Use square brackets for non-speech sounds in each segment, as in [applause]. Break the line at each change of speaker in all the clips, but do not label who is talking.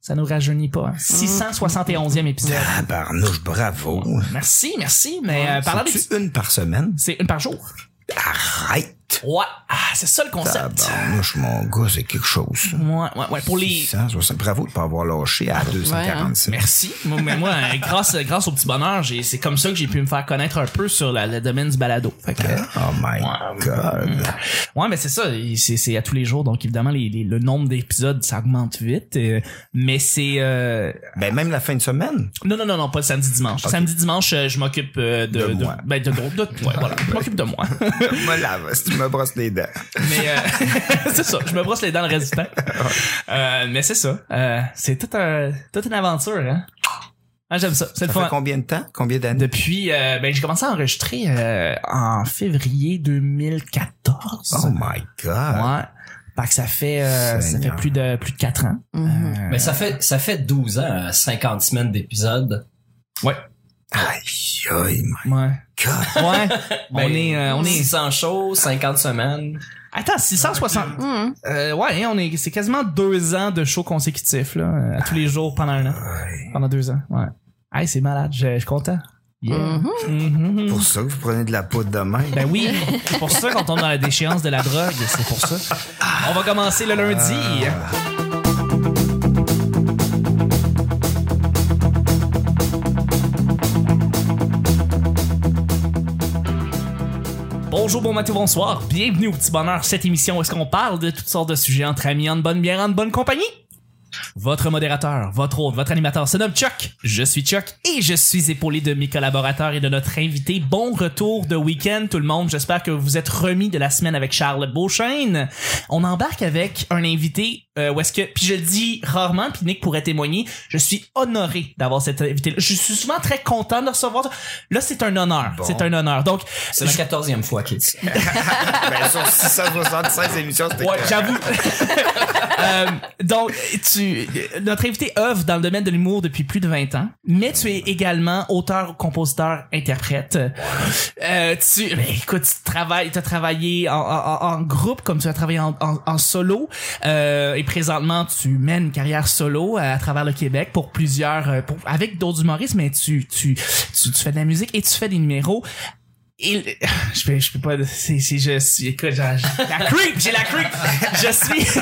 Ça nous rajeunit pas. hein. 671e [laughs] épisode.
Tabarnouche, bravo.
Merci, merci. Mais euh, parlant des-
C'est une par semaine.
c'est une par jour.
Arrête.
Ouais, ah, c'est ça le concept.
Tabarnouche, mon gars, c'est quelque chose. ça.
Ouais, ouais, ouais. Pour les
660. Bravo de pas avoir lâché à 247.
hein. Merci. Moi, mais moi, euh, grâce, grâce au petit bonheur, j'ai- c'est comme ça que j'ai pu me faire connaître un peu sur la- le domaine du balado. Fait que, euh,
Oh my God.
ouais, mais c'est ça. il- C'est c'est à tous les jours, donc évidemment, les, les- le nombre d'épisodes, ça augmente vite. euh, mais c'est euh,
Ben, même la fin
[laughs]
de semaine.
non, non, non, non, pas le samedi dimanche. Samedi dimanche, euh, je m'occupe euh, de,
De moi.
ben, de, gros- de- ouais, voilà, je m'occupe de moi.
me lave si tu me brosses les dents.
Mais euh, [laughs] c'est ça, je me brosse les dents le reste du temps. Euh, mais c'est ça, euh, c'est toute, un, toute une aventure. Hein? Ah, J'aime ça, c'est le
Ça fait
fun.
combien de temps? Combien d'années?
Depuis, euh, ben j'ai commencé à enregistrer euh, en février 2014.
Oh my God.
Ouais. Fait que ça fait, euh, ça fait
Seigneur.
plus de plus de quatre ans.
Mhm.
Euh,
Mais ça fait, ça fait 12 ans, à 50 semaines d'épisodes.
Aïe, aïe, my
ouais.
God. [laughs]
Ouais. on
Ben,
est, euh, on est.
600 shows, 50 semaines.
Attends, 660.
Mhm.
Euh, ouais, hein, on est, c'est quasiment deux ans de shows consécutifs là, euh, à tous les jours pendant un an,
Aïe.
pendant deux ans. Ouais. Hey, c'est malade. Je je suis content. Yeah.
Mhm.
Mhm.
Pour ça que vous prenez de la poudre de main.
Ben oui, c'est pour ça qu'on tombe dans la déchéance de la drogue, c'est pour ça. On va commencer le lundi. Bonjour, bon matin, bonsoir. Bienvenue au Petit Bonheur, cette émission où est-ce qu'on parle de toutes sortes de sujets entre amis, en bonne bière, en bonne compagnie. Votre modérateur, votre hôte, votre animateur se nomme Chuck. Je suis Chuck et je suis épaulé de mes collaborateurs et de notre invité. Bon retour de week-end tout le monde. J'espère que vous êtes remis de la semaine avec Charles Beauchesne. On embarque avec un invité euh, où est-ce que puis je le dis rarement puis Nick pourrait témoigner. Je suis honoré d'avoir cet invité. -là. Je suis souvent très content de le recevoir. Là c'est un honneur.
Bon.
C'est un honneur. Donc
C'est la 14e fois qu'il dit ça.
Ben, sur 676 émissions, c'était
Ouais, j'avoue. Euh, donc, tu, notre invité œuvre dans le domaine de l'humour depuis plus de 20 ans, mais tu es également auteur, compositeur, interprète. Euh, tu, mais écoute, tu travailles, tu as travaillé en, en- en groupe comme tu as travaillé en, en- en solo, euh, et présentement tu mènes une carrière solo à, à travers le Québec pour plusieurs, euh, pour- avec d'autres humoristes, mais tu, tu, tu, tu fais de la musique et tu fais des numéros. Et, [laughs] je peux, je peux pas, c'est, c'est, je suis, écoute, j'ai la creep, j'ai la creep, je suis,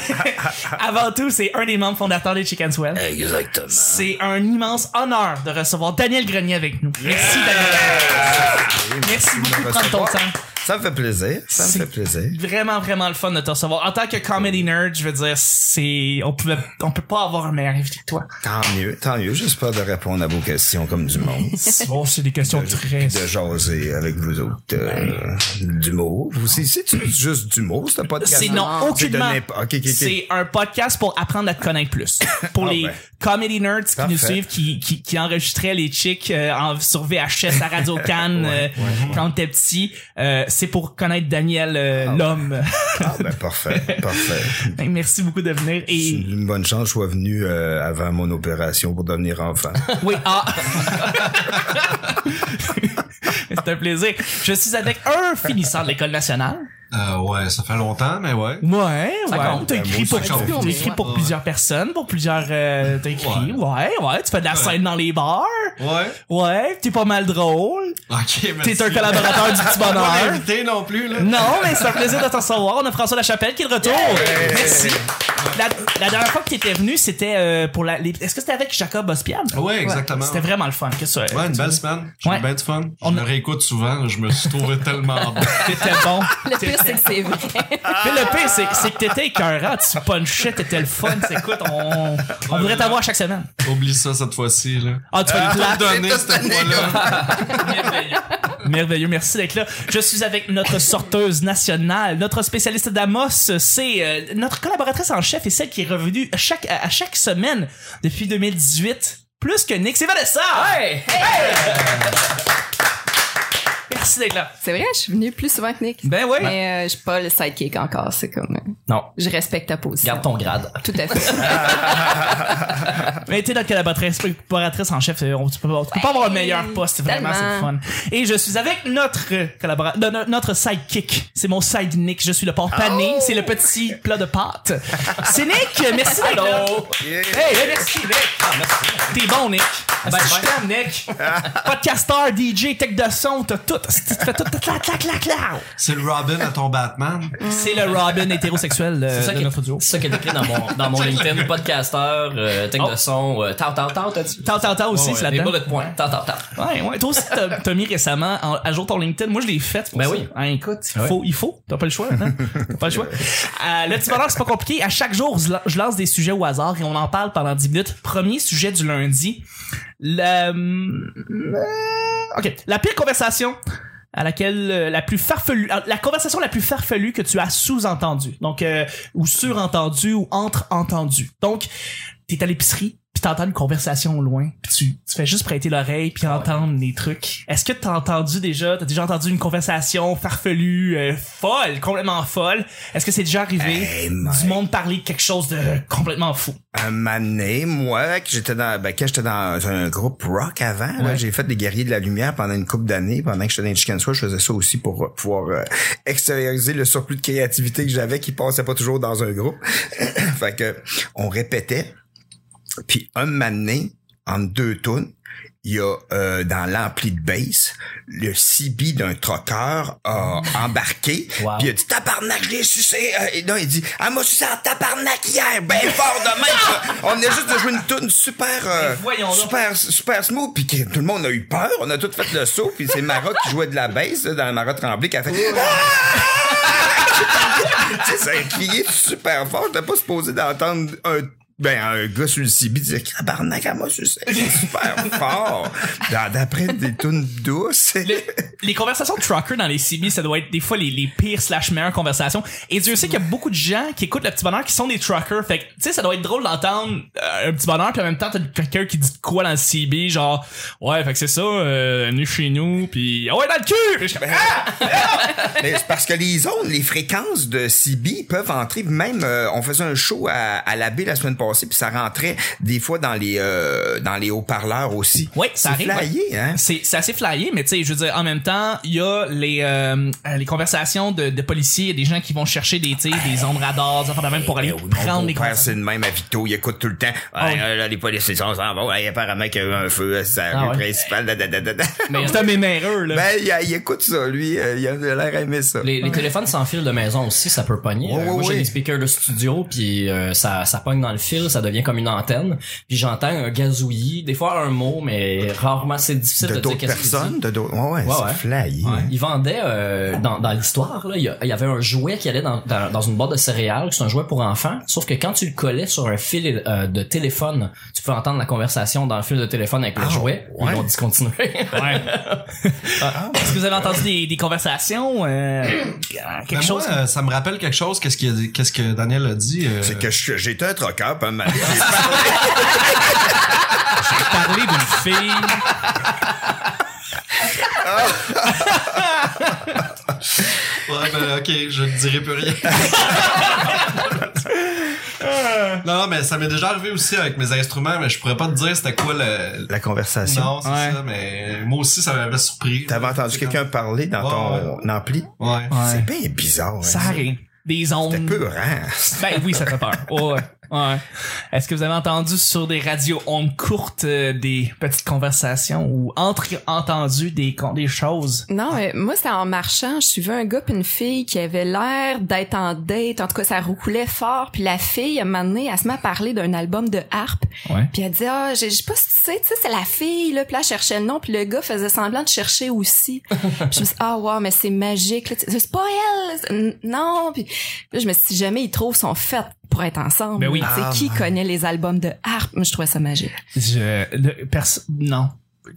[laughs] avant tout, c'est un des membres fondateurs des Chicken Swell.
Exactement.
C'est un immense honneur de recevoir Daniel Grenier avec nous. Merci, Daniel. Merci beaucoup de prendre ton temps.
Ça me fait plaisir. Ça me
C'est-
fait plaisir.
Vraiment, vraiment le fun de te recevoir. En tant que comedy nerd, je veux dire, c'est, on pouvait, on peut pas avoir un meilleur invité que
[laughs]
toi.
Tant mieux, tant mieux. J'espère de répondre à vos questions comme du monde.
Bon, c'est des questions très...
de jaser avec vous autres euh, d'humour. Vous aussi, c'est-tu juste d'humour, ce podcast?
C'est non,
C'est de
aucunement.
n'importe- ok, ok, ok.
C'est un podcast pour apprendre à te connaître
[coughs]
plus. Pour
Ah
les
ben.
comedy nerds qui nous
Parfait.
suivent, qui, qui, qui enregistraient les chicks euh, en, sur VHS à
[laughs]
Radio Cannes euh, quand t'es petit, euh, c'est pour connaître Daniel euh, l'homme. [laughs]
Ah, ben, parfait, parfait.
Ben, Merci beaucoup de venir.
C'est
Et
une bonne chance, je sois venu euh, avant mon opération pour
[laughs]
devenir enfant.
[laughs] oui, ah. c'est un plaisir. Je suis avec un finissant de l'école nationale.
Euh, ouais, ça fait longtemps, mais ouais.
Mm. Ouais,
Ça
ouais.
compte.
T'as écrit pour,
Ben,
moi, ça
t'as
compte.
écrit pour
Ouais.
plusieurs personnes, pour plusieurs. euh, t'as écrit, ouais. ouais, Tu fais de la scène dans les bars.
Ouais.
Ouais, t'es pas mal drôle.
Ok, merci.
T'es un
[laughs]
collaborateur Mm. du petit
Pas
bonheur.
invité non plus, là.
Non, mais c'est un plaisir de te recevoir. On a François Lachapelle qui est de retour. Merci. La, la dernière fois que t'étais venu, c'était euh, pour la. les- Est-ce que c'était avec Jacob Ospian?
Ouais, exactement.
C'était vraiment le fun. Qu'est-ce que ça?
Ouais, une belle semaine. J'ai
Ouais.
eu bien du fun. Je
On a-
me réécoute souvent. Je me
[laughs]
suis trouvé tellement bon.
T'étais bon.
Ah! Le pire, c'est que c'est vrai.
Mais le pire, c'est c'est que t'étais écœurant. Tu punchais, t'étais le fun. C'est- Écoute, on, on voudrait t'avoir chaque semaine.
Oublie ça cette fois-ci, là.
Ah, tu vas les plates.
Donné cette fois-là.
Merveilleux. Merveilleux, merci d'être là. Je suis avec notre sorteuse nationale, notre spécialiste d'Amos, c'est euh, notre collaboratrice en chef et celle qui est revenue à chaque, à à chaque semaine depuis 2018. Plus que Nick, c'est Vanessa!
Hey!
Merci d'être là.
C'est vrai, je suis venue plus souvent que Nick.
Ben ouais.
Mais euh, je suis pas le sidekick encore. C'est comme. euh,
Non.
Je respecte ta position.
Garde ton grade.
Tout à fait.
Mais t'es notre collaboratrice, collaboratrice en chef. euh, On tu peux, pas- tu peux pas avoir le meilleur poste, vraiment, c'est le fun.
tellement.
Et je suis avec notre collaborateur, notre sidekick. C'est mon side Nick. Je suis le porc pané. C'est le petit plat de pâtes. C'est Nick. Merci d'être là.
Yeah.
Hey, hey, merci, Nick.
Ah,
T'es bon, Nick. Ben, je t'aime,
[laughs]
Nick. Podcaster, DJ, tech de son, t'as tout. Tu fais tout, tout, clac, clac, clac, clac.
C'est le Robin à ton Batman.
C'est le Robin hétérosexuel euh,
C'est ça
de
qui-
notre duo.
C'est ça qui est écrit dans mon, dans mon [laughs] LinkedIn. Podcasteur, euh, tech de son, euh, tao, tao, tao, t'as dit?
T'as, t'as, t'as aussi,
Ouais,
c'est
ouais, Les
là-dedans.
bullet points. Tao, tao, tao.
Ouais, ouais. Toi aussi, t'as, t'as mis récemment en- à jour ton LinkedIn. Moi, je l'ai fait. pour
Ben
ça.
oui.
Hein, écoute, il
Ouais.
faut, il faut. T'as pas le choix, maintenant. T'as pas le
[laughs]
choix. Euh, le petit bonheur, c'est pas compliqué. À chaque jour, je lan- je lance des sujets au hasard et on en parle pendant 10 minutes. Premier sujet du lundi. Le... euh, Ok. La pire conversation à laquelle euh, la plus farfelue euh, la conversation la plus farfelue que tu as sous-entendue donc euh, ou surentendue ou entre-entendue donc t'es à l'épicerie puis t'entends une conversation au loin puis tu, tu fais juste prêter l'oreille puis entendre les trucs est-ce que t'as entendu déjà t'as déjà entendu une conversation farfelue euh, folle complètement folle est-ce que c'est déjà arrivé
Hey,
du
man.
monde parler de quelque chose de complètement fou
Un mané, moi, que j'étais dans, ben, quand j'étais dans un groupe rock avant, là,
Ouais.
j'ai fait des guerriers de la lumière pendant une couple d'années, pendant que j'étais dans les Chicken Soul, je faisais ça aussi pour euh, pouvoir euh, extérioriser le surplus de créativité que j'avais qui passait pas toujours dans un groupe. [coughs] fait que, on répétait, puis un mané, en deux tunes, il y a euh, dans l'ampli de bass, le CB d'un troqueur a
[laughs]
embarqué,
Wow.
puis il a dit tabarnak, je l'ai sucé. Euh, et non, il dit ah moi je suis en tabarnak hier, ben fort de
[laughs]
même. ça. on venait juste de jouer une tune super euh,
Mais voyons donc.
super super smooth, puis que tout le monde a eu peur, on a tout fait le saut, puis c'est Marotte qui jouait de la bass là, dans la Marotte Tremblay qui a fait Tu sais, ça a crié super fort. J'étais pas supposé d'entendre un ben, un gars sur le CB disait « Tabarnak, à moi,
[laughs]
c'est super fort! » Dans- D'après des tunes douces.
Le- [laughs] les conversations de trucker dans les CB, ça doit être des fois les, les pires slash meilleures conversations. Et Dieu sait qu'il y a beaucoup de gens qui écoutent le petit bonheur qui sont des truckers. Fait que, tu sais, ça doit être drôle d'entendre euh, un petit bonheur, puis en même temps, t'as quelqu'un qui dit de quoi dans le CB, genre, ouais, fait que c'est ça, euh, venu chez nous, puis Ah ouais, dans le cul! Puis je suis
Ben,
comme, Ah!
Mais c'est parce que les ondes, les fréquences de CB peuvent entrer. Même, euh, on faisait un show à, à la baie la semaine passée, puis ça rentrait des fois dans les euh, dans les haut-parleurs aussi.
Ouais, ça
C'est
arrive, ouais.
flyé, hein?
C'est c'est assez flyé, mais tu sais, je veux dire, en même temps, il y a les, euh, euh, les conversations de, de policiers, il y a des gens qui vont chercher des, tu sais, des ondes radars, des affaires de même pour aller
Ben oui, mon
prendre les
beau-père,
conversations.
c'est le même à Vito, il écoute tout le temps. Ah,
Oh oui.
là, les policiers sont en bas. Hey, apparemment qu'il y a eu un feu à sa
Ah
rue
ouais.
principale. da, da, da, da, da.
Mais-
Ben, C'est un méméreux, là.
Ben, il, il écoute ça, lui. euh, Il a l'air aimé ça.
Les, les téléphones sans fil de maison aussi, ça peut pogner.
Ouais,
Euh, moi,
ouais,
j'ai
ouais.
des speakers de studio, puis euh, ça, ça pogne dans le fil, ça devient comme une antenne. Puis j'entends un gazouillis, des fois un mot, mais rarement, c'est difficile de,
De
dire
d'autres
qu'est-ce qu'il dit.
personnes, de d'autres... Ouais, ouais,
Ouais,
c'est
ouais.
flyé.
Ouais.
hein.
Il vendait euh, dans, dans l'histoire, là, il y, a- il y avait un jouet qui allait dans, dans, dans une boîte de céréales, c'est un jouet pour enfants, sauf que quand tu le collais sur un fil euh, de téléphone, tu peux entendre la conversation dans le fil de téléphone avec le
Ah,
jouet.
ouais.
Ils vont discontinuer. [laughs]
Ouais. Est-ce que vous avez entendu des, des conversations, euh, quelque
Mais
chose?
moi, euh, ça me rappelle quelque chose. Qu'est-ce qu'il a dit- qu'est-ce que Daniel a dit? euh,
C'est que je- j'étais un troqueur, pas mal.
Parler d'une fille.
Ouais, ben, ok, je ne dirai plus
[laughs]
rien. non, non, mais ça m'est déjà arrivé aussi avec mes instruments, mais je pourrais pas te dire c'était quoi le.
[laughs] La conversation.
Non, c'est
Ouais.
ça, mais moi aussi, ça m'avait surpris.
T'avais entendu quelqu'un parler dans ton ampli?
Ouais.
Ah.
C'est bien bizarre. hein,
Ça arrive. Des
C'était
ondes.
peur, hein?
Ben oui, ça fait
[laughs]
peur. Ouais, ouais. Est-ce que vous avez entendu sur des radios ondes courtes euh, des petites conversations ou entre entendu des, con- des choses?
Non, mais moi, c'était en marchant. Je suivais un gars puis une fille qui avait l'air d'être en date. En tout cas, ça roucoulait fort. Puis la fille, à un moment donné, elle se met à parler d'un album de harpe.
Ouais.
Puis elle dit, ah, je je sais pas si tu sais, tu sais, c'est la fille, là. Puis là, elle cherchait le nom. Puis le gars faisait semblant de chercher aussi.
[laughs]
Puis je me suis dit, ah, wow, mais c'est magique. là. C'est pas elle. c'est- n- Non. Puis là, je me suis dit, si jamais ils trouvent, sont faits pour être ensemble.
Ben oui.
Tu sais,
Ah,
qui connaît les albums de harpe? Moi, je trouvais ça magique.
Je, le- perso- non.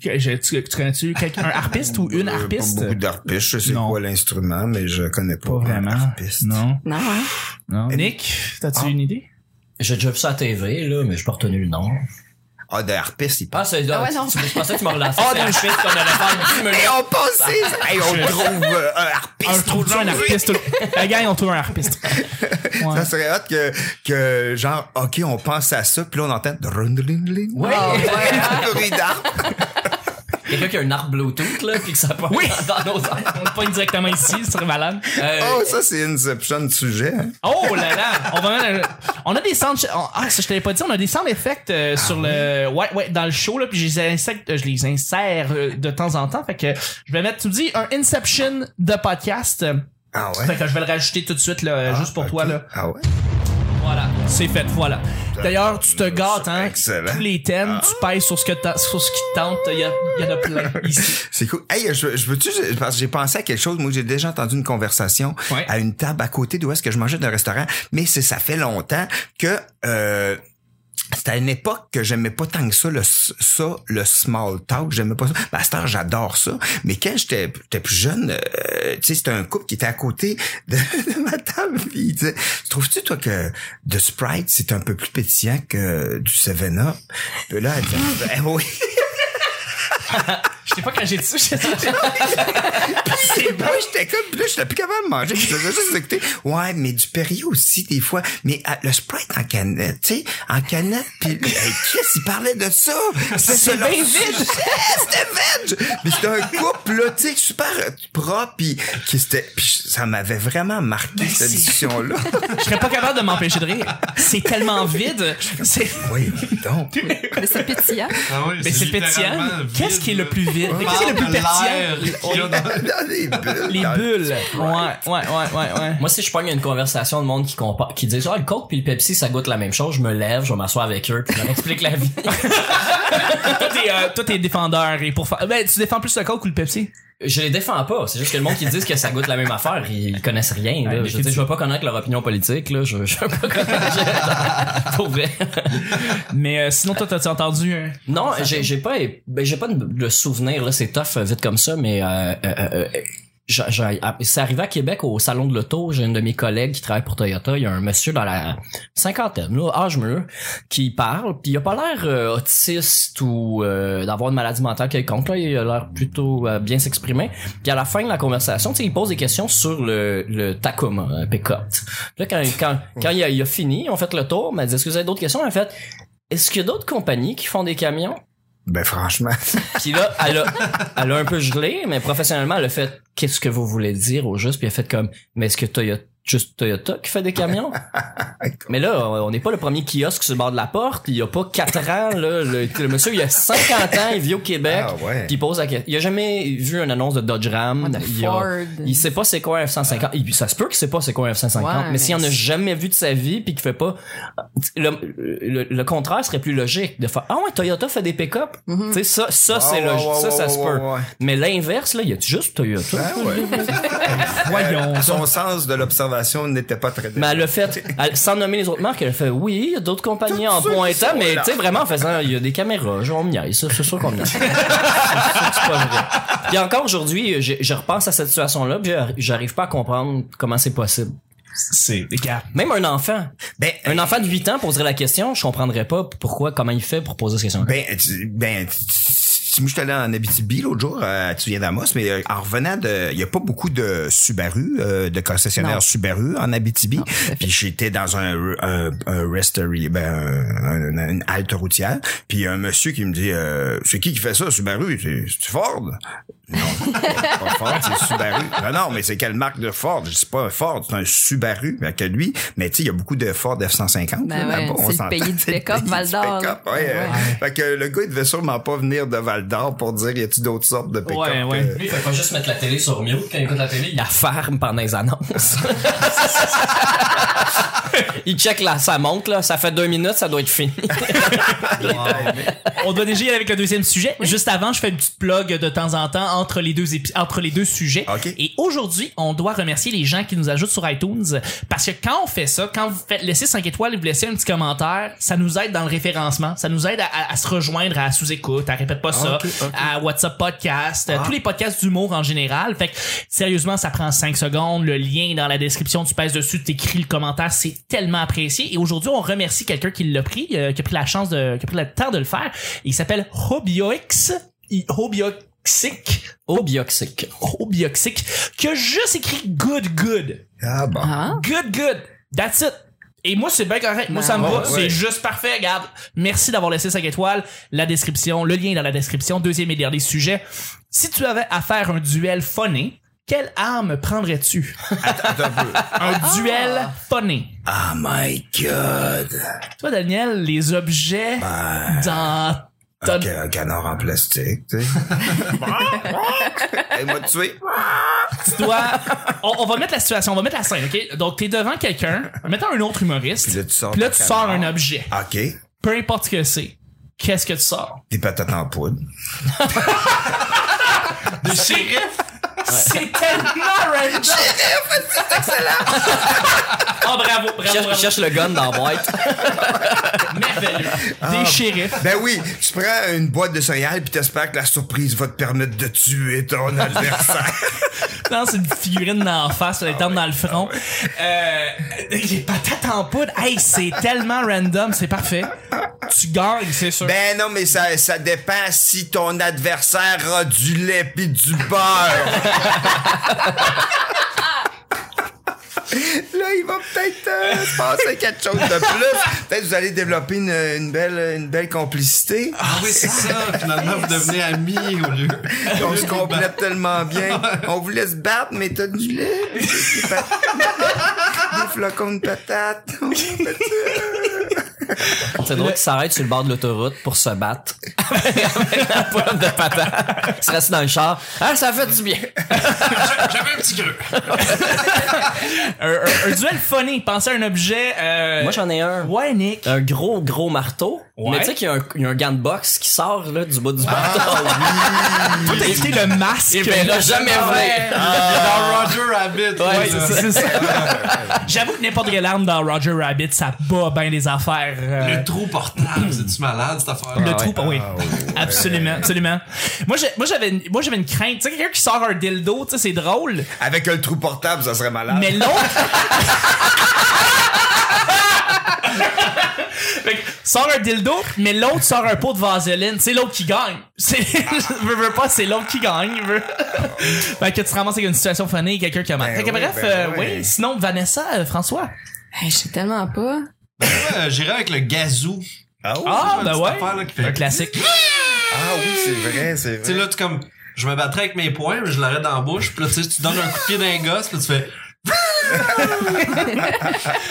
Que- je- tu, tu connais-tu quelqu'un, un harpiste ou une
Euh,
harpiste?
Pas beaucoup d'harpistes. Je sais
Non.
quoi l'instrument, mais je connais pas,
Pas
un
vraiment.
harpiste. Ah.
Non.
Non, hein?
non. Nick, t'as-tu une idée?
J'ai déjà vu ça à TV, là, mais je pas retenu le nom.
Ah, de harpiste, il
Ah,
passe.
c'est
Ah ouais,
tu-
non.
tu- Je pensais que tu m'as relancé.
Ah,
c'est
non.
un fils qu'on allait faire une petite
Hey,
meute.
on passe ces- Hey, on trouve euh, un harpiste.
on trouve Ah, un
aujourd'hui.
harpiste. La gang, on trouve un
[laughs]
harpiste. Ouais.
Ça serait hot que, que, genre, OK, on pense à ça, puis là, on entend... drundlindlin.
Ouais.
Un bruit d'arbre.
Quelqu'un qui a un arbre Bluetooth, là, puis que ça part
Oui.
dans nos arbres.
On le pogne directement ici, ce serait malade.
Euh,
Oh, ça, c'est Inception de sujet. hein.
Oh là là! On, va mettre un- on a des sound... on- Ah, ça, je t'avais pas dit, on a des sound effects euh,
Ah
sur le... Ouais, ouais, dans le show, là, puis je les, insecte- euh, je les insère euh, de temps en temps. Fait que je vais mettre, tu me dis, un Inception de podcast.
Ah ouais?
Fait que je vais le rajouter tout de suite, là, juste pour
Ok.
toi, là.
Ah ouais?
Voilà, c'est fait, voilà. D'ailleurs, tu te gâtes, hein.
Excellent. Ah.
Tous les thèmes, tu pèses sur ce, que t'as- sur ce qui te tente. Il y, a- il y en a plein
[laughs]
ici.
C'est cool. Hey, je, je veux-tu, je- parce que j'ai pensé à quelque chose. Moi, j'ai déjà entendu une conversation
Ouais.
à une table à côté d'où est-ce que je mangeais d'un restaurant. Mais c'est, ça fait longtemps que, euh, c'était à une époque que j'aimais pas tant que ça le s- ça le small talk j'aimais pas ça ben, à cette heure j'adore ça mais quand j'étais j'étais plus jeune euh, tu sais c'était un couple qui était à côté [laughs] de, de ma table puis il disait trouves-tu toi que de Sprite c'est un peu plus pétillant que du Seven Up puis là elle disait Ben oui
Je sais pas quand j'ai dit ça. je-
c'est bon, j'étais comme, puis là, j'étais plus capable de manger, puis je faisais juste écouter. Ouais, mais du Perrier aussi, des fois. Mais ah, le Sprite en canette, tu sais, en canette, puis hey, Chris, il parlait de ça. C'est
bien vite.
C'était veg! Mais c'était un couple, là, tu sais, super propre, puis qui c'était, puis ça m'avait vraiment marqué, cette
c'est-
discussion-là.
Je serais pas capable de m'empêcher de rire. C'est tellement vide. C'est...
oui, donc.
Mais c'est pétillant.
Ah oui,
Mais c'est pétillant.
littéralement vide,
Qu'est-ce qui est le
là.
plus vide?
Par
Qu'est-ce qui est le plus
l'air
pétillant?
qu'il y
[laughs]
a dans-
Dans les bulles.
Les
dans-
bulles. Ouais, ouais, ouais, ouais, ouais.
Moi, si je pogne une conversation de monde qui compare, qui dit, ah, le Coke puis le Pepsi, ça goûte la même chose, je me lève, je vais m'asseoir avec eux, puis je leur explique la vie.
Toi, t'es, euh, toi, t'es défendeur et pour faire. Ben, tu défends plus le Coke ou le Pepsi?
Je les défends pas. C'est juste que le monde qui disent que ça goûte la même affaire, ils connaissent rien. Là.
Ouais,
je, veux dire, je veux pas connaître leur opinion politique. Là. Je, je veux pas connaître. [laughs] Pour vrai.
Mais euh, sinon, toi, t'as-tu entendu hein? un.
Non, j'ai j'ai pas, ben, j'ai pas de, de souvenir. Là, c'est tough euh, vite comme ça, mais. Euh, euh, euh, euh, j'a- j'a- à- c'est arrivé à Québec au salon de l'auto. J'ai une de mes collègues qui travaille pour Toyota. Il y a un monsieur dans la cinquantaine, là, âge mûr, qui parle. Puis il a pas l'air euh, autiste ou euh, d'avoir une maladie mentale quelconque. Là, il a l'air plutôt euh, bien s'exprimer. Puis à la fin de la conversation, tu sais, il pose des questions sur le, le Tacoma euh, pick-up. Puis Là, quand, quand, quand il, a, il a fini, on fait le tour, mais dit, est-ce que vous avez d'autres questions? En fait, est-ce qu'il y a d'autres compagnies qui font des camions?
Ben, franchement.
Puis là, elle a, elle a un peu gelé, mais professionnellement, elle a fait qu'est-ce que vous voulez dire au juste, puis elle a fait comme mais est-ce que Toyota juste Toyota qui fait des
[laughs]
camions mais là on n'est pas le premier kiosque sur le bord de la porte il y a pas 4 ans là, le, le monsieur il a 50 ans il vit au Québec
Ah ouais.
puis il pose la question il a jamais vu une annonce de Dodge Ram il, a- il sait pas c'est quoi un F-150 Et puis ça se peut qu'il sait pas c'est quoi un F-150
Ouais,
mais s'il en a
mais-
jamais vu de sa vie puis qu'il fait pas le, le, le contraire serait plus logique de faire ah ouais Toyota fait des pick-up
Mm-hmm.
tu sais ça ça c'est
Ah, Ouais, ouais,
logique ça
ouais,
ça
ouais,
se
ouais,
peut
ouais.
mais l'inverse, là, il y a juste Toyota.
Ah ouais.
Voyons.
Euh, son sens de l'observation n'était pas très
Mais elle a fait, elle- sans nommer les autres marques, elle a fait oui, il y a d'autres compagnies
Toutes
en
ceux qui
pointant,
sont
mais
là.
tu sais, vraiment en faisant, il y a des caméras, genre, on me niaise, ça, c'est sûr qu'on me niaise. [laughs] C'est sûr que c'est pas vrai. Puis encore aujourd'hui, je, je repense à cette situation-là, puis j'arri- j'arrive pas à comprendre comment c'est possible.
C'est. Les gars.
Même un enfant,
Ben,
un enfant de 8 ans poserait la question, je comprendrais pas pourquoi, comment il fait pour poser cette question.
Ben, tu- ben, tu- tu- moi, je suis allé en Abitibi l'autre jour, euh, tu viens d'Amos, mais euh, en revenant de, il y a pas beaucoup de Subaru, euh, de concessionnaires
Non.
Subaru en Abitibi. Puis j'étais dans un, un, un rest area, ben, un- un- une halte routière. Puis il y a un monsieur qui me dit, euh, c'est qui qui fait ça, Subaru? C'est c'est Ford? Non, [laughs] c'est pas Ford, c'est Subaru. Non, non, mais c'est quelle marque de Ford? Je dis pas un Ford, c'est un Subaru. Fait que lui, mais tu sais, il y a beaucoup de Ford F-150.
Ben
là,
ouais,
là-bas, on
c'est le
s'entend,
pays du
c'est le
pick-up,
pays du
Val d'Or,
pick-up,
là. Ah
ouais, euh,
Ouais.
[laughs] fait que le gars, il devait sûrement pas venir de Val d'Or pour dire, y a-tu d'autres sortes de pick-up?
Ouais, ouais.
que-
Lui, il faut pas juste mettre la télé sur mute quand il écoute la télé. Il la ferme pendant les [laughs] annonces. il check là, ça monte là, ça fait deux minutes, ça doit être fini.
On doit déjà y aller avec le deuxième sujet. Juste avant, je fais une petite plug de temps en temps entre les deux épi- entre les deux sujets.
Ok.
Et aujourd'hui, on doit remercier les gens qui nous ajoutent sur iTunes parce que quand on fait ça, quand vous faites laissez 5 étoiles et vous laissez un petit commentaire, ça nous aide dans le référencement, ça nous aide à, à- à se rejoindre à sous-écoute, à répète pas ça, ça, à WhatsApp Podcast, euh, tous les podcasts d'humour en général. Fait que, sérieusement, ça prend 5 secondes. Le lien est dans la description, tu pèses dessus, tu écris le commentaire, c'est tellement apprécié. Et aujourd'hui, on remercie quelqu'un qui l'a pris, euh, qui a pris la chance de, qui a pris le temps de le faire. Il s'appelle Hobiox. I- Hobioxic.
Au bioxique.
Hobioxic. Qui a juste écrit good, good.
Ah bon.
Ah.
Good, good. That's it. Et moi, c'est bien correct. Moi, ça me
Ah,
va.
ouais.
C'est juste parfait. Regarde. Merci d'avoir laissé 5 étoiles. La description, le lien est dans la description. Deuxième et dernier sujet. Si tu avais à faire un duel phoné, quelle arme prendrais-tu?
Attends un peu.
Un duel phoné.
Oh my god.
Toi, Daniel, les objets
Ben,
dans ta...
un, ca- un canard en plastique, [laughs] tu sais. Elle m'a tué.
Tu dois...
[laughs]
on, on va mettre la situation, on va mettre la scène, OK? Donc, t'es devant quelqu'un, mettons un autre humoriste,
Puis là, tu sors
puis là,
ton
tu sors
canard.
un objet.
Ah, OK.
Peu importe ce que c'est. Qu'est-ce que tu
[laughs]
sors?
Des patates en poudre.
C'est tellement random! Oh, bravo, bravo,
Cherche,
bravo.
cherche le gun dans la boîte.
Merveilleux. Des shérifs.
Ben oui, tu prends une boîte de céréales puis t'espères que la surprise va te permettre de tuer ton adversaire.
Non, c'est une figurine d'en face, elle est dans le front. Ah Euh, les patates en poudre, hey, c'est tellement random, c'est parfait. Tu gagnes, c'est sûr.
ben non, mais ça, ça dépend si ton adversaire a du lait pis du beurre. [laughs] Là, il va peut-être euh, se passer quelque chose de plus. Peut-être que vous allez développer une, une belle, une belle complicité.
Ah oui, c'est ça. Finalement, vous devenez amis
[laughs]
au lieu.
On se complète tellement bien. On vous laisse battre, mais t'as du lait. Des pat- des flocons de patates.
C'est drôle qu'il s'arrête sur le bord de l'autoroute pour se battre. [laughs] Avec la pomme de patate. Il se reste dans le char. Ah, ça fait du bien.
J'avais un petit creux.
Un, un- un duel funny, pensez à un objet. euh,
Moi, j'en ai un.
Ouais, Nick.
Un gros, gros marteau.
Ouais.
Mais tu sais qu'il y, a un- il y a un gant de boxe qui sort là, du bas du marteau.
Toi, t'as écouté le masque.
Eh ben, là, jamais vrai.
Dans Roger Rabbit.
Ouais,
oui,
c'est
là.
ça.
Ah. C'est ça. J'avoue que n'importe quelle arme dans Roger Rabbit, ça bat bien les affaires. euh,
Le trou portable, c'est-tu malade cette affaire?
Le
Ah
trou,
ouais.
oui. Absolument, absolument. Moi, j'ai- moi, j'avais, une- moi, j'avais une crainte. Tu sais, quelqu'un qui sort un dildo, tu sais, c'est drôle.
Avec un trou portable, ça serait
Ah.
malade.
Mais l'autre. Fait que, sort un dildo, mais l'autre sort un pot de vaseline. C'est l'autre qui gagne. C'est, [laughs] je veux pas, c'est l'autre qui gagne. Veux. fait que tu te ramasses avec une situation funny, quelqu'un qui a mal.
Ben
fait que
oui,
bref,
ben
euh,
oui.
oui. Sinon, Vanessa, euh, François.
Hey, je sais tellement pas.
Ouais, Euh, J'irais avec le gazou.
Ah, oui.
Ah,
c'est une
ben
petite
ouais.
affaire, là, qui fait-
Un classique.
Ah oui, c'est vrai, c'est
Tu sais, là, tu comme, je me battrais avec mes poings, mais je l'aurais dans la bouche, puis là, tu sais, tu donnes un coup de pied d'un gosse, puis tu fais,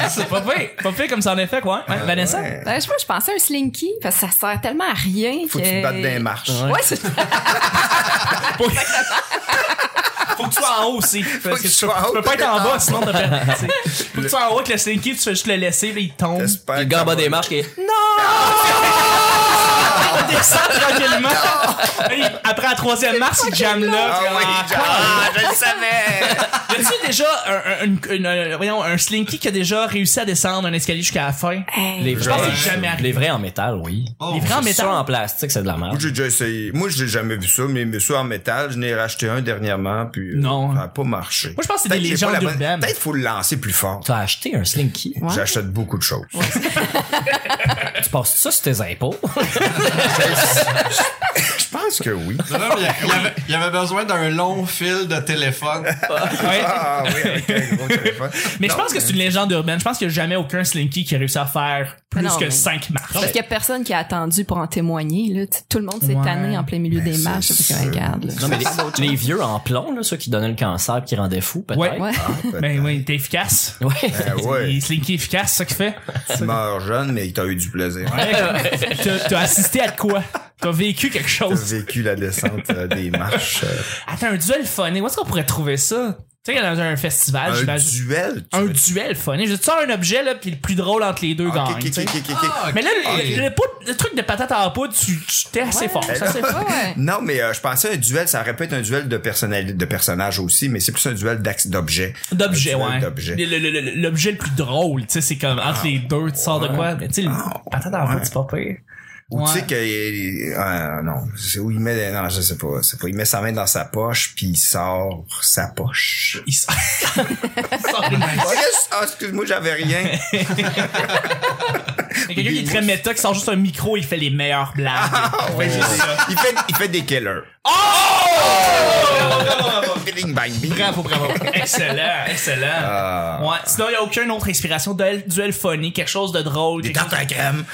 C'est pas fait. Pas fait comme ça en effet, quoi. Ouais, Vanessa.
Euh, Ouais.
Ouais, Ben, je sais pas, je pensais à un slinky, parce que ça sert tellement à rien.
Faut que tu te battes dans les marches.
Ouais, c'est
[laughs] Faut que tu sois en haut aussi. Parce que
que
tu
tu
peux,
sois en
tu peux
haut,
pas être en
t'es en
bas, sinon t'as perdu.
[laughs]
tu sais. Faut que tu sois en haut avec le slinky, tu fais juste le laisser, là, il tombe.
J'espère
Puis le
que
gars en
ça
bas
va.
des marches qui est.
On descend [laughs]
[laughs]
tranquillement. Hey, Après la troisième marche, il jamme là.
Ah
puis,
oui,
ah,
Jean- ah, je le savais.
Y a-tu déjà un, un- une- une- un- voyons, un slinky qui a déjà réussi à descendre un escalier jusqu'à la fin?
Les
Je pense que
vrais,
c'est jamais arrivé.
les vrais en métal, oui.
oh,
Les vrais en
C'est
métal.
sûr, en plastique, c'est de la
Moi,
merde.
j'ai déjà essayé. Moi, j'ai jamais vu ça, mais, mais ça en métal, je n'ai racheté un dernièrement, puis euh,
Non.
ça n'a pas marché.
Moi, je pense que c'est des
Peut-être j'ai pas la
légendes
bonne-
urbaines.
Peut-être faut le lancer plus fort.
Tu as acheté un slinky.
Ouais.
J'achète beaucoup de choses.
Tu passes ça sur tes impôts.
Je pense
[laughs]
que oui.
Non, non, mais il y a- il y avait, il y avait besoin d'un long fil de téléphone.
Ouais.
Ah oui, avec un gros téléphone.
Mais je pense que c'est une légende urbaine. Je pense qu'il n'y a jamais aucun slinky qui a réussi à faire plus
Ah Non,
que
mais-
cinq marches.
Parce qu'il y a personne qui a attendu pour en témoigner, là. Tu sais, tout le monde s'est
Ouais.
tanné en plein milieu des
Ben, c'est
marches. Fait
sûr.
que, regarde, là.
Non, mais [laughs] les, les vieux en plomb, là, ceux qui donnaient le cancer pis qui rendaient fou, peut-être.
Ouais.
Ouais.
Ben oui, t'es efficace.
Ouais.
Ah, Ben ouais,
Les slinky efficaces, c'est ça qu'il fait.
tu meurs jeune, mais t'as eu du plaisir.
Hey, t'as- T'as assisté à de quoi? T'as vécu quelque
T'as
chose.
vécu la descente euh, des marches. euh,
Attends, un duel funny. Où est-ce qu'on pourrait trouver ça? Tu sais, dans un festival,
un
Ah, j'imagine.
duel. tu
un
veux-
duel funny. Je te sors un objet, là, puis le plus drôle entre les deux
Ah, Ok,
gagne.
ok,
tu sais.
ok, ok, ok.
Ah,
Mais là, le-
ok.
le, le poudre- le truc de patate en poudre, tu, tu- t'es assez fort.
Ça, c'est
[laughs]
pas, ouais.
Non, mais euh, je pensais un duel, ça aurait pu être un duel de personnalité, de personnage aussi, mais c'est plus un duel d'axe d'objet.
D'objet,
Un duel
ouais.
d'objet. Ah.
Le- le- le- L'objet le plus drôle, tu sais, c'est comme entre les deux, tu sors de quoi? Mais tu sais, le patate en poudre, c'est pas pire.
Ou tu sais
Ouais.
que euh, non, c'est où il met non, je sais pas, c'est pas il met sa main dans sa poche puis il sort sa poche.
[laughs] Il sort- Il
[laughs]
sort une-
Ah, yes! Ah, excuse-moi,
[laughs]
j'avais rien.
Il y a quelqu'un qui est très méta, qui sort juste un micro, il fait les meilleures blagues.
[laughs] Ah, ouais, j'ai- il fait il fait des killers.
Oh!
Bing bang bing.
Bravo, bravo.
excellent, excellent.
Ah.
Ouais, sinon, il n'y a aucune autre inspiration de duel funny, quelque chose de drôle.
Des
quelque
tartes à la crème.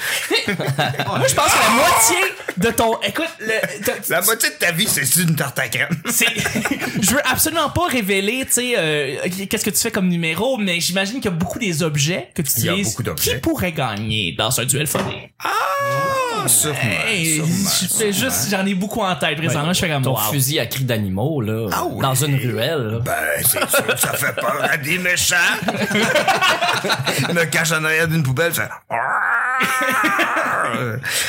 Moi, je pense que la moitié de ton. Écoute, le-
[laughs]
t'as-
La moitié de ta vie, c'est une tarte à crème.
c'est- [laughs] je veux absolument pas révéler, tu sais, euh, qu'est-ce que tu fais comme numéro, mais j'imagine qu'il y a beaucoup des objets que tu
Il y a
utilises.
beaucoup d'objets.
Qui pourraient gagner dans un duel funny?
Ah, sûrement,
Oh, Hey,
sûrement.
je fais juste, j'en ai beaucoup en tête présentement, je fais comme
Ton
wow.
fusil à cri d'animaux, là.
Ah oui.
Dans une ruelle, là.
Ben, c'est sûr que ça fait peur à des
[laughs]
méchants. Je me cache en arrière d'une poubelle, je fais...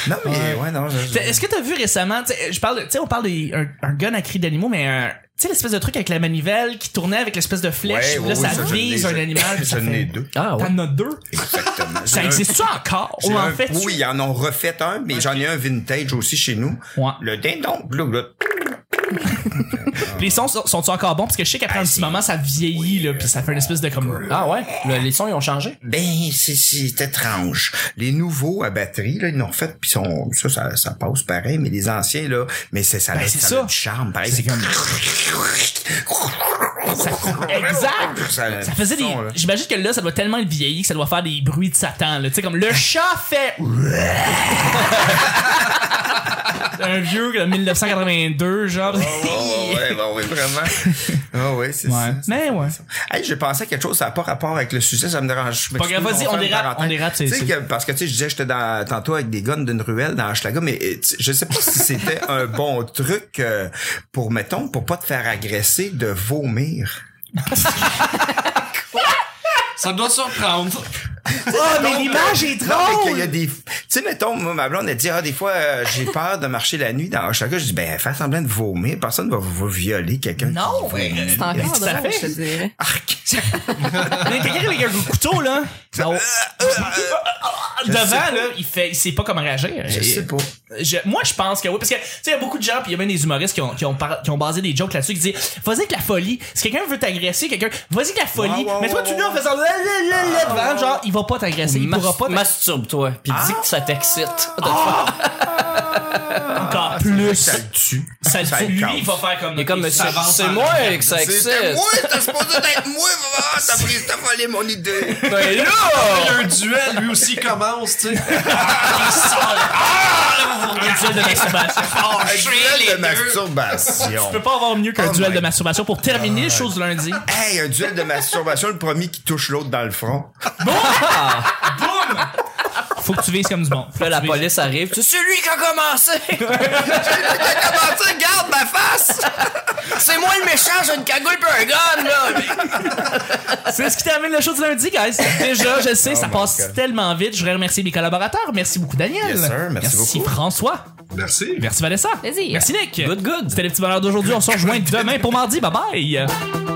Non, mais ouais, non. je- je-
Fait, Est-ce que t'as vu récemment, tu sais, je parle, de- tu sais, on parle d'un un gun à cri d'animaux, mais un, tu sais, l'espèce de truc avec la manivelle qui tournait avec l'espèce de flèche,
Ouais,
puis
ouais,
là,
oui,
ça
je l'ai,
vise
je-
un
[laughs]
animal. puis
Je
ça
n'ai
fait-
deux.
Ah, ouais.
T'en as deux?
Exactement. J'ai
Ça
un-
existe-tu encore?
j'ai
Ou en
un-
fait, tu-
Oui, ils en ont refait un, mais j'en ai un vintage aussi chez nous.
Ouais.
Le dindon. glou, glou.
Puis les sons sont- sont-ils encore bons? Parce que je sais qu'après un petit moment, ça vieillit, là, puis ça fait une espèce de comme...
Ah ouais? Le- les sons, ils ont changé?
Ben, c'est- c'est étrange. Les nouveaux à batterie, là, ils l'ont refait, puis sont, ça, ça, ça passe pareil, mais les anciens, là, mais c'est, ça, a-
Ben, c'est
ça,
ça.
a du charme. Pareil, c'est
C'est
comme...
Exact!
Ça,
Ça faisait des...
son, là.
J'imagine que là, ça doit tellement être vieilli que ça doit faire des bruits de Satan, là. Tu sais, comme le chat fait... [laughs] un vieux de 1982, genre...
Oh, ouais, ouais,
[laughs]
ouais, vraiment. Ah ouais, c'est ça.
Ouais. Mais ouais.
[laughs] Hey, j'ai pensé à quelque chose, ça n'a pas rapport avec le sujet, ça me dérange. Je
Pas grave, vas-y,
m'excuse, fait
on
une
dérape,
parenthèse.
on dérape, c'est-
Tu sais
c'est-
que- parce que tu sais, je disais, j'étais dans, tantôt avec des guns d'une ruelle dans Hochelaga, mais euh, tu- je sais pas si c'était un bon truc euh, pour, mettons, pour pas te faire agresser de vomir.
Ça doit surprendre.
Oh, mais l'image est
Non, mais qu'il y a
drôle!
des... Tu sais, mettons, moi, ma blonde, elle dit, ah, des fois, euh, j'ai peur de marcher la nuit dans Hochelaga. Je dis, ben, fais semblant de vomir. Personne va, va violer quelqu'un.
Non,
qui vomit. [laughs]
C'est encore
Ça
drôle, je
fait.
te dirais.
Arc.
Mais t'as quelqu'un avec un coup de couteau, là.
euh,
Non. Devant, là, il fait, il sait pas comment réagir.
Je
Et-
sais pas.
je- moi, je pense que oui, parce que, tu sais, il y a beaucoup de gens, puis il y a même des humoristes qui ont, qui ont, par- qui ont basé des jokes là-dessus, qui disent, vas-y avec la folie. Si quelqu'un veut t'agresser, quelqu'un, vas-y avec la folie.
Ouais, ouais,
mais toi,
ouais,
tu
ouais.
lui en faisant, la, la, la, la, devant, genre, il va pas t'agresser. Il pourra pas t'agresser
Masturbe-toi, puis dis que ça t'excite.
Ah,
encore plus.
Ça le tue.
Ça le tue. lui,
casse.
il va faire comme,
Et comme
Ok,
monsieur,
Ah, ça avance
c'est
en
moi
arrière.
que ça
C'était
excite.
moi, t'es supposé être moi, maman! T'as pris, t'as volé mon idée!
Ben là!
Il y a un duel, lui aussi commence, tu sais.
Un duel de masturbation.
Un duel de masturbation.
[laughs] Tu peux pas avoir mieux qu'un
Oh
duel
my
de masturbation pour terminer les choses lundi.
Hey, un duel de masturbation, le premier qui touche l'autre dans le front.
Faut que tu vises comme du bon. Faut
Là,
que
la
tu vises.
police arrive. C'est celui qui
[laughs]
a commencé!
Comment ça, garde ma face?
C'est moi le méchant, j'ai une cagoule pis un gun, là!
C'est ce qui termine le show du lundi, guys. Déjà, je sais, ça
Oh my
passe
God.
tellement vite. Je voudrais remercier mes collaborateurs. Merci beaucoup, Daniel.
Yes, sir. Merci beaucoup.
François.
Merci.
Merci, Vanessa.
Vas-y.
Merci, Nick.
Good, good.
C'était le petit bonheur d'aujourd'hui. On se rejoint demain pour mardi. Bye bye.